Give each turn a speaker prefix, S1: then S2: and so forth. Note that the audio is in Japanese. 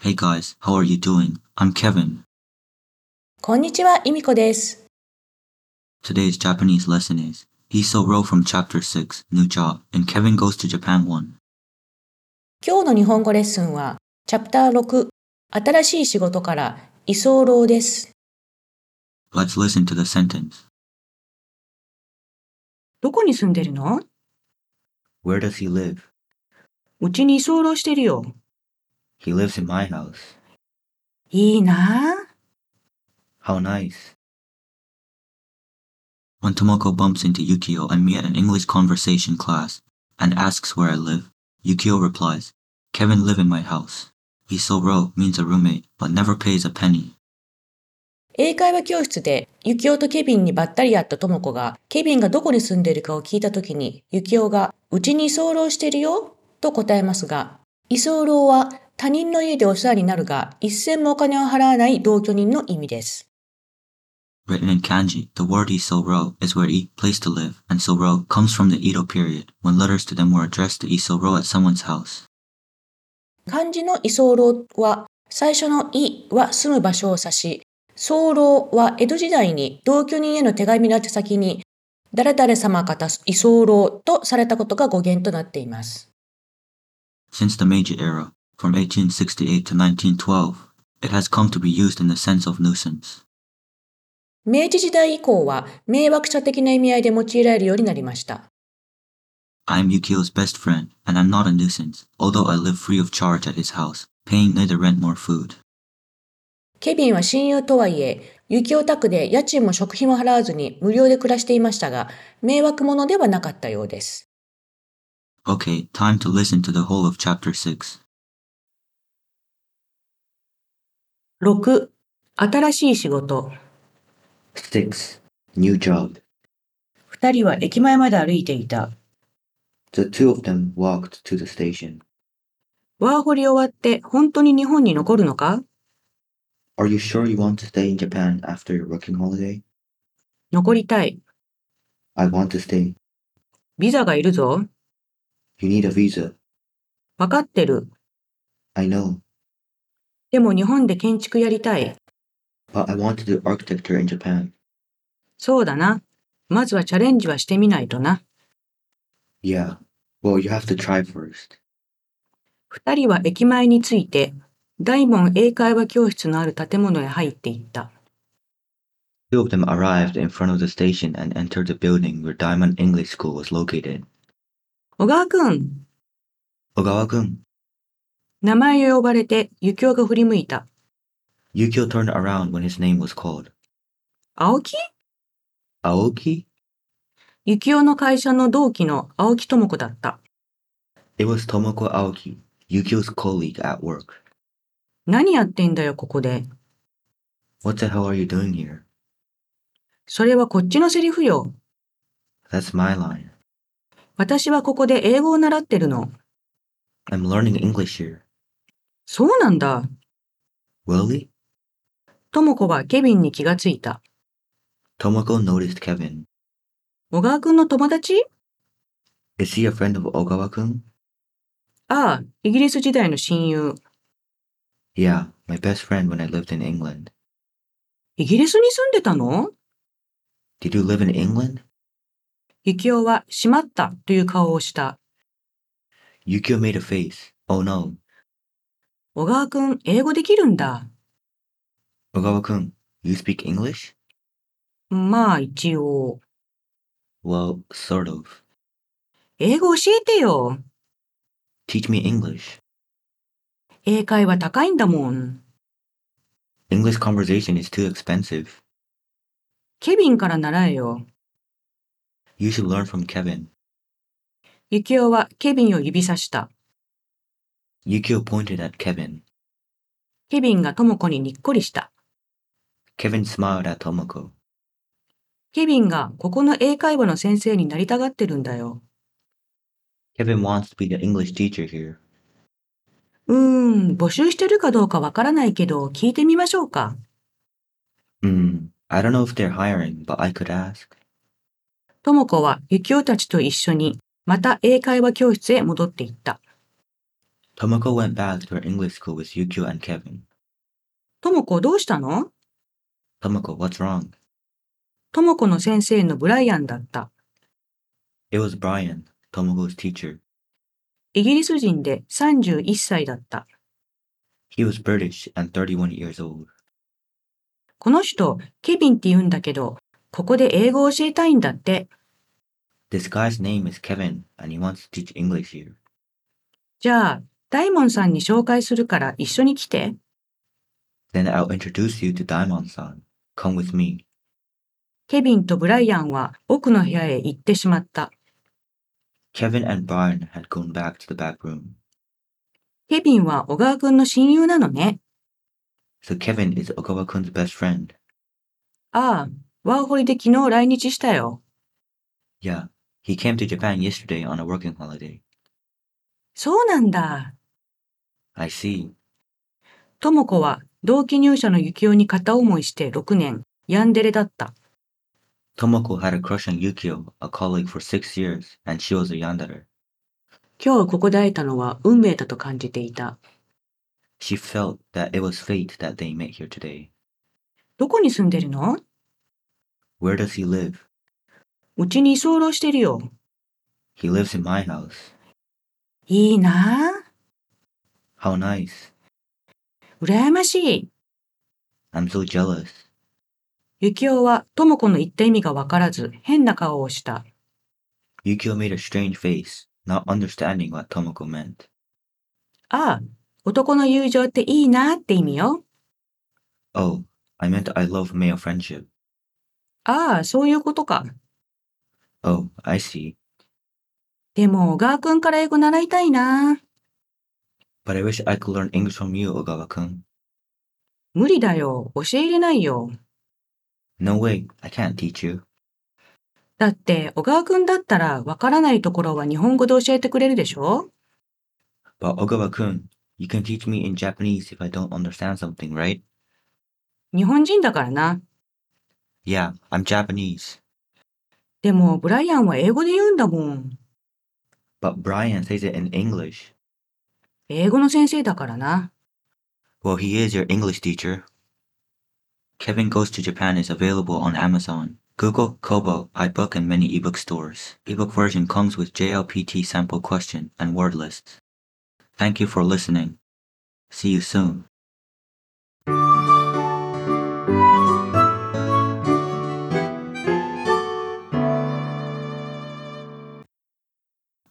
S1: Hey guys, how are you doing? I'm Kevin.
S2: こんにちは、いみこです。
S1: Today's Japanese lesson is Hiso Ro from Chapter 6, New Job, and Kevin Goes to Japan 1.
S2: 今日の日本語レッスンは、チャプター6、新しい仕事から居候です。
S1: Let's listen to the sentence.
S2: どこに住んでるの
S1: Where does he live?
S2: うちに居候してるよ。
S1: He lives in my house.
S2: いいなあ
S1: How nice. When Tomoko bumps into Yukio and me at an English conversation class and asks where I live, Yukio replies, Kevin live in my house. Hiso Ro means a roommate, but never pays a penny.
S2: 英会話教室で、ゆきおとケビンにばったり会ったともこが、ケビンがどこに住んでるかを聞いたときに、ゆきおが、うちに居候してるよ、と答えますが、居候は他人の家でお世話になるが、一銭もお金を払わない同居人の意味です。
S1: Written in kanji, the word Isoro is where i, place to live, and soro comes from the Edo period, when letters to them were addressed to Isoro at someone's house.
S2: 漢字の居候は最初の「い」は住む場所を指し候は江戸時代に同居人への手紙の宛先に「誰々様方居候」とされたことが語源となっています。
S1: Since the Meiji era, from 1868 to 1912, it has come to be used in the sense of nuisance.
S2: 明治時代以降は迷惑者的な意味合いで用いられるようになりました。
S1: I am Yukio's best friend, and I'm not a nuisance, although I live free of charge at his house, paying neither rent nor food.
S2: ケビンは親友とはいえ、雪オタクで家賃も食費も払わずに無料で暮らしていましたが、迷惑者ではなかったようです。
S1: Okay, time to listen to the whole of chapter 6.
S2: 6. 新しい仕事。
S1: 6. New job.
S2: 二人は駅前まで歩いていた。
S1: The two of them walked to the station.
S2: ワーホリ終わって本当に日本に残るのか
S1: Are you sure you want to stay in Japan after your working holiday?
S2: 残りたい。
S1: I want to stay.
S2: ビザがいるぞ。
S1: You need a visa.
S2: わかってる。
S1: I know,
S2: でも日本で建築やりたい。
S1: but I want to do architecture in Japan.
S2: そうだな。まずはチャレンジはしてみないとな。
S1: Yeah. Well, you have to try first.
S2: 二人は駅前に着いて、大門英会話教室のある建物へ入っていった。
S1: Two of them arrived in front of the station and entered the building where Diamond English School was located.
S2: 小川くん、
S1: Ogawa-kun,
S2: 名前を呼ばれて、幸男が振り向いた。
S1: Yukio turned around when his name was called.
S2: 青木
S1: Aoki?
S2: 幸男の会社の同期の青木智子だった。
S1: It was Tomoko Aoki, Yukio's colleague at work.
S2: 何やってんだよ、ここで。
S1: What the hell are you doing here?
S2: それはこっちのセリフよ。
S1: That's my line.
S2: 私はここで英語を習ってるの。
S1: I'm learning English here.
S2: そうなんだ。
S1: Really?
S2: とも子はケビンに気がついた。
S1: Tomoko noticed Kevin.
S2: 小川くんの友達
S1: Is he a friend of Ogawa-kun?
S2: ああ、イギリス時代の親友。
S1: Yeah, my best friend when I lived in England.
S2: イギリスに住んでたの
S1: Did you live in England?
S2: ユキオはしまったという顔をした。
S1: Yukio made a face. Oh no.
S2: 小川くん、英語できるんだ。
S1: Ogawa-kun, you speak English?
S2: まあ、一応。
S1: Well, sort of.
S2: 英語教えてよ。
S1: Teach me English.
S2: 英会話高いんだもん。
S1: English conversation is too expensive.
S2: ケビンから習えよ。
S1: You should learn from Kevin.
S2: ユキオはケビンを指さした。
S1: Yukio pointed at Kevin.
S2: ケビンがトモコににっこりした。
S1: Kevin smiled at Tomoko.
S2: ケビンがここの英会話の先生になりたがってるんだよ。
S1: Kevin wants to be the English teacher here.
S2: うーん、募集してるかどうかわからないけど、聞いてみましょうか。
S1: Hmm. I don't know if they're hiring, but I could ask.
S2: とも子は、ゆきおたちと一緒に、また英会話教室へ戻っていった。
S1: Tomoko went back to her English school with Yukio and Kevin.
S2: ともこどうしたの
S1: Tomoko, what's wrong?
S2: ともこの先生のブライアンだった。
S1: It was Brian, Tomoko's teacher.
S2: イギリス人で31歳だった。
S1: He was British and 31 years old.
S2: この人、ケビンって言うんだけど、ここで英語を教えたいんだって。
S1: This guy's name is Kevin and he wants to teach English here.
S2: じゃあ、ダイモンさんに紹介するから一緒に来て。
S1: Then I'll introduce you to Daimon-san. Come with me.
S2: ケビンとブライアンは奥の部屋へ行ってしまった。
S1: Kevin and Brian had gone back to the back room.
S2: ケビンは小川くんの親友なのね。
S1: So Kevin is Ogawa-kun's best friend.
S2: ああ、ワーホリで昨日来日したよ。
S1: Yeah, he came to Japan yesterday on a working holiday.
S2: そうなんだ。
S1: I see.
S2: ともこは同期入社の幸男に片思いして6年、ヤンデレだった。
S1: Tomoko had a crush on Yukio, a colleague for six years, and she was a yandere.
S2: 今日ここで会えたのは運命だと感じていた。
S1: She felt that it was fate that they met here today.
S2: どこに住んでるの
S1: Where does he live?
S2: うちに居候してるよ。
S1: He lives in my house.
S2: いいなあ。
S1: How nice.
S2: 羨まし
S1: I'm so jealous.
S2: い。幸男はともこの言った意味がわからず、変な顔をした。
S1: Yukio made a strange face, not understanding what Tomoko meant.
S2: ああ、男の友情っていいなって意味よ。
S1: Oh, I meant I love male friendship.
S2: ああ、そういうことか。
S1: Oh, I see.
S2: でも、小川くんから英語習いたいな。
S1: But I wish I could learn English from you, Ogawa-kun.
S2: 無理だよ。教えれないよ。
S1: No way, I can't teach you.
S2: だって、小川くんだったら、わからないところは日本語で教えてくれるでしょ
S1: But Ogawa-kun, you can teach me in Japanese if I don't understand something, right?
S2: 日本人だからな。
S1: Yeah, I'm Japanese.
S2: でも、ブライアンは英語で言うんだもん。
S1: But Brian says it in English.
S2: 英語の先生だからな。
S1: Well, he is your English teacher. Kevin Goes to Japan is available on Amazon, Google, Kobo, iBook, and many ebook stores. Ebook version comes with JLPT sample question and word lists. Thank you for listening. See you soon.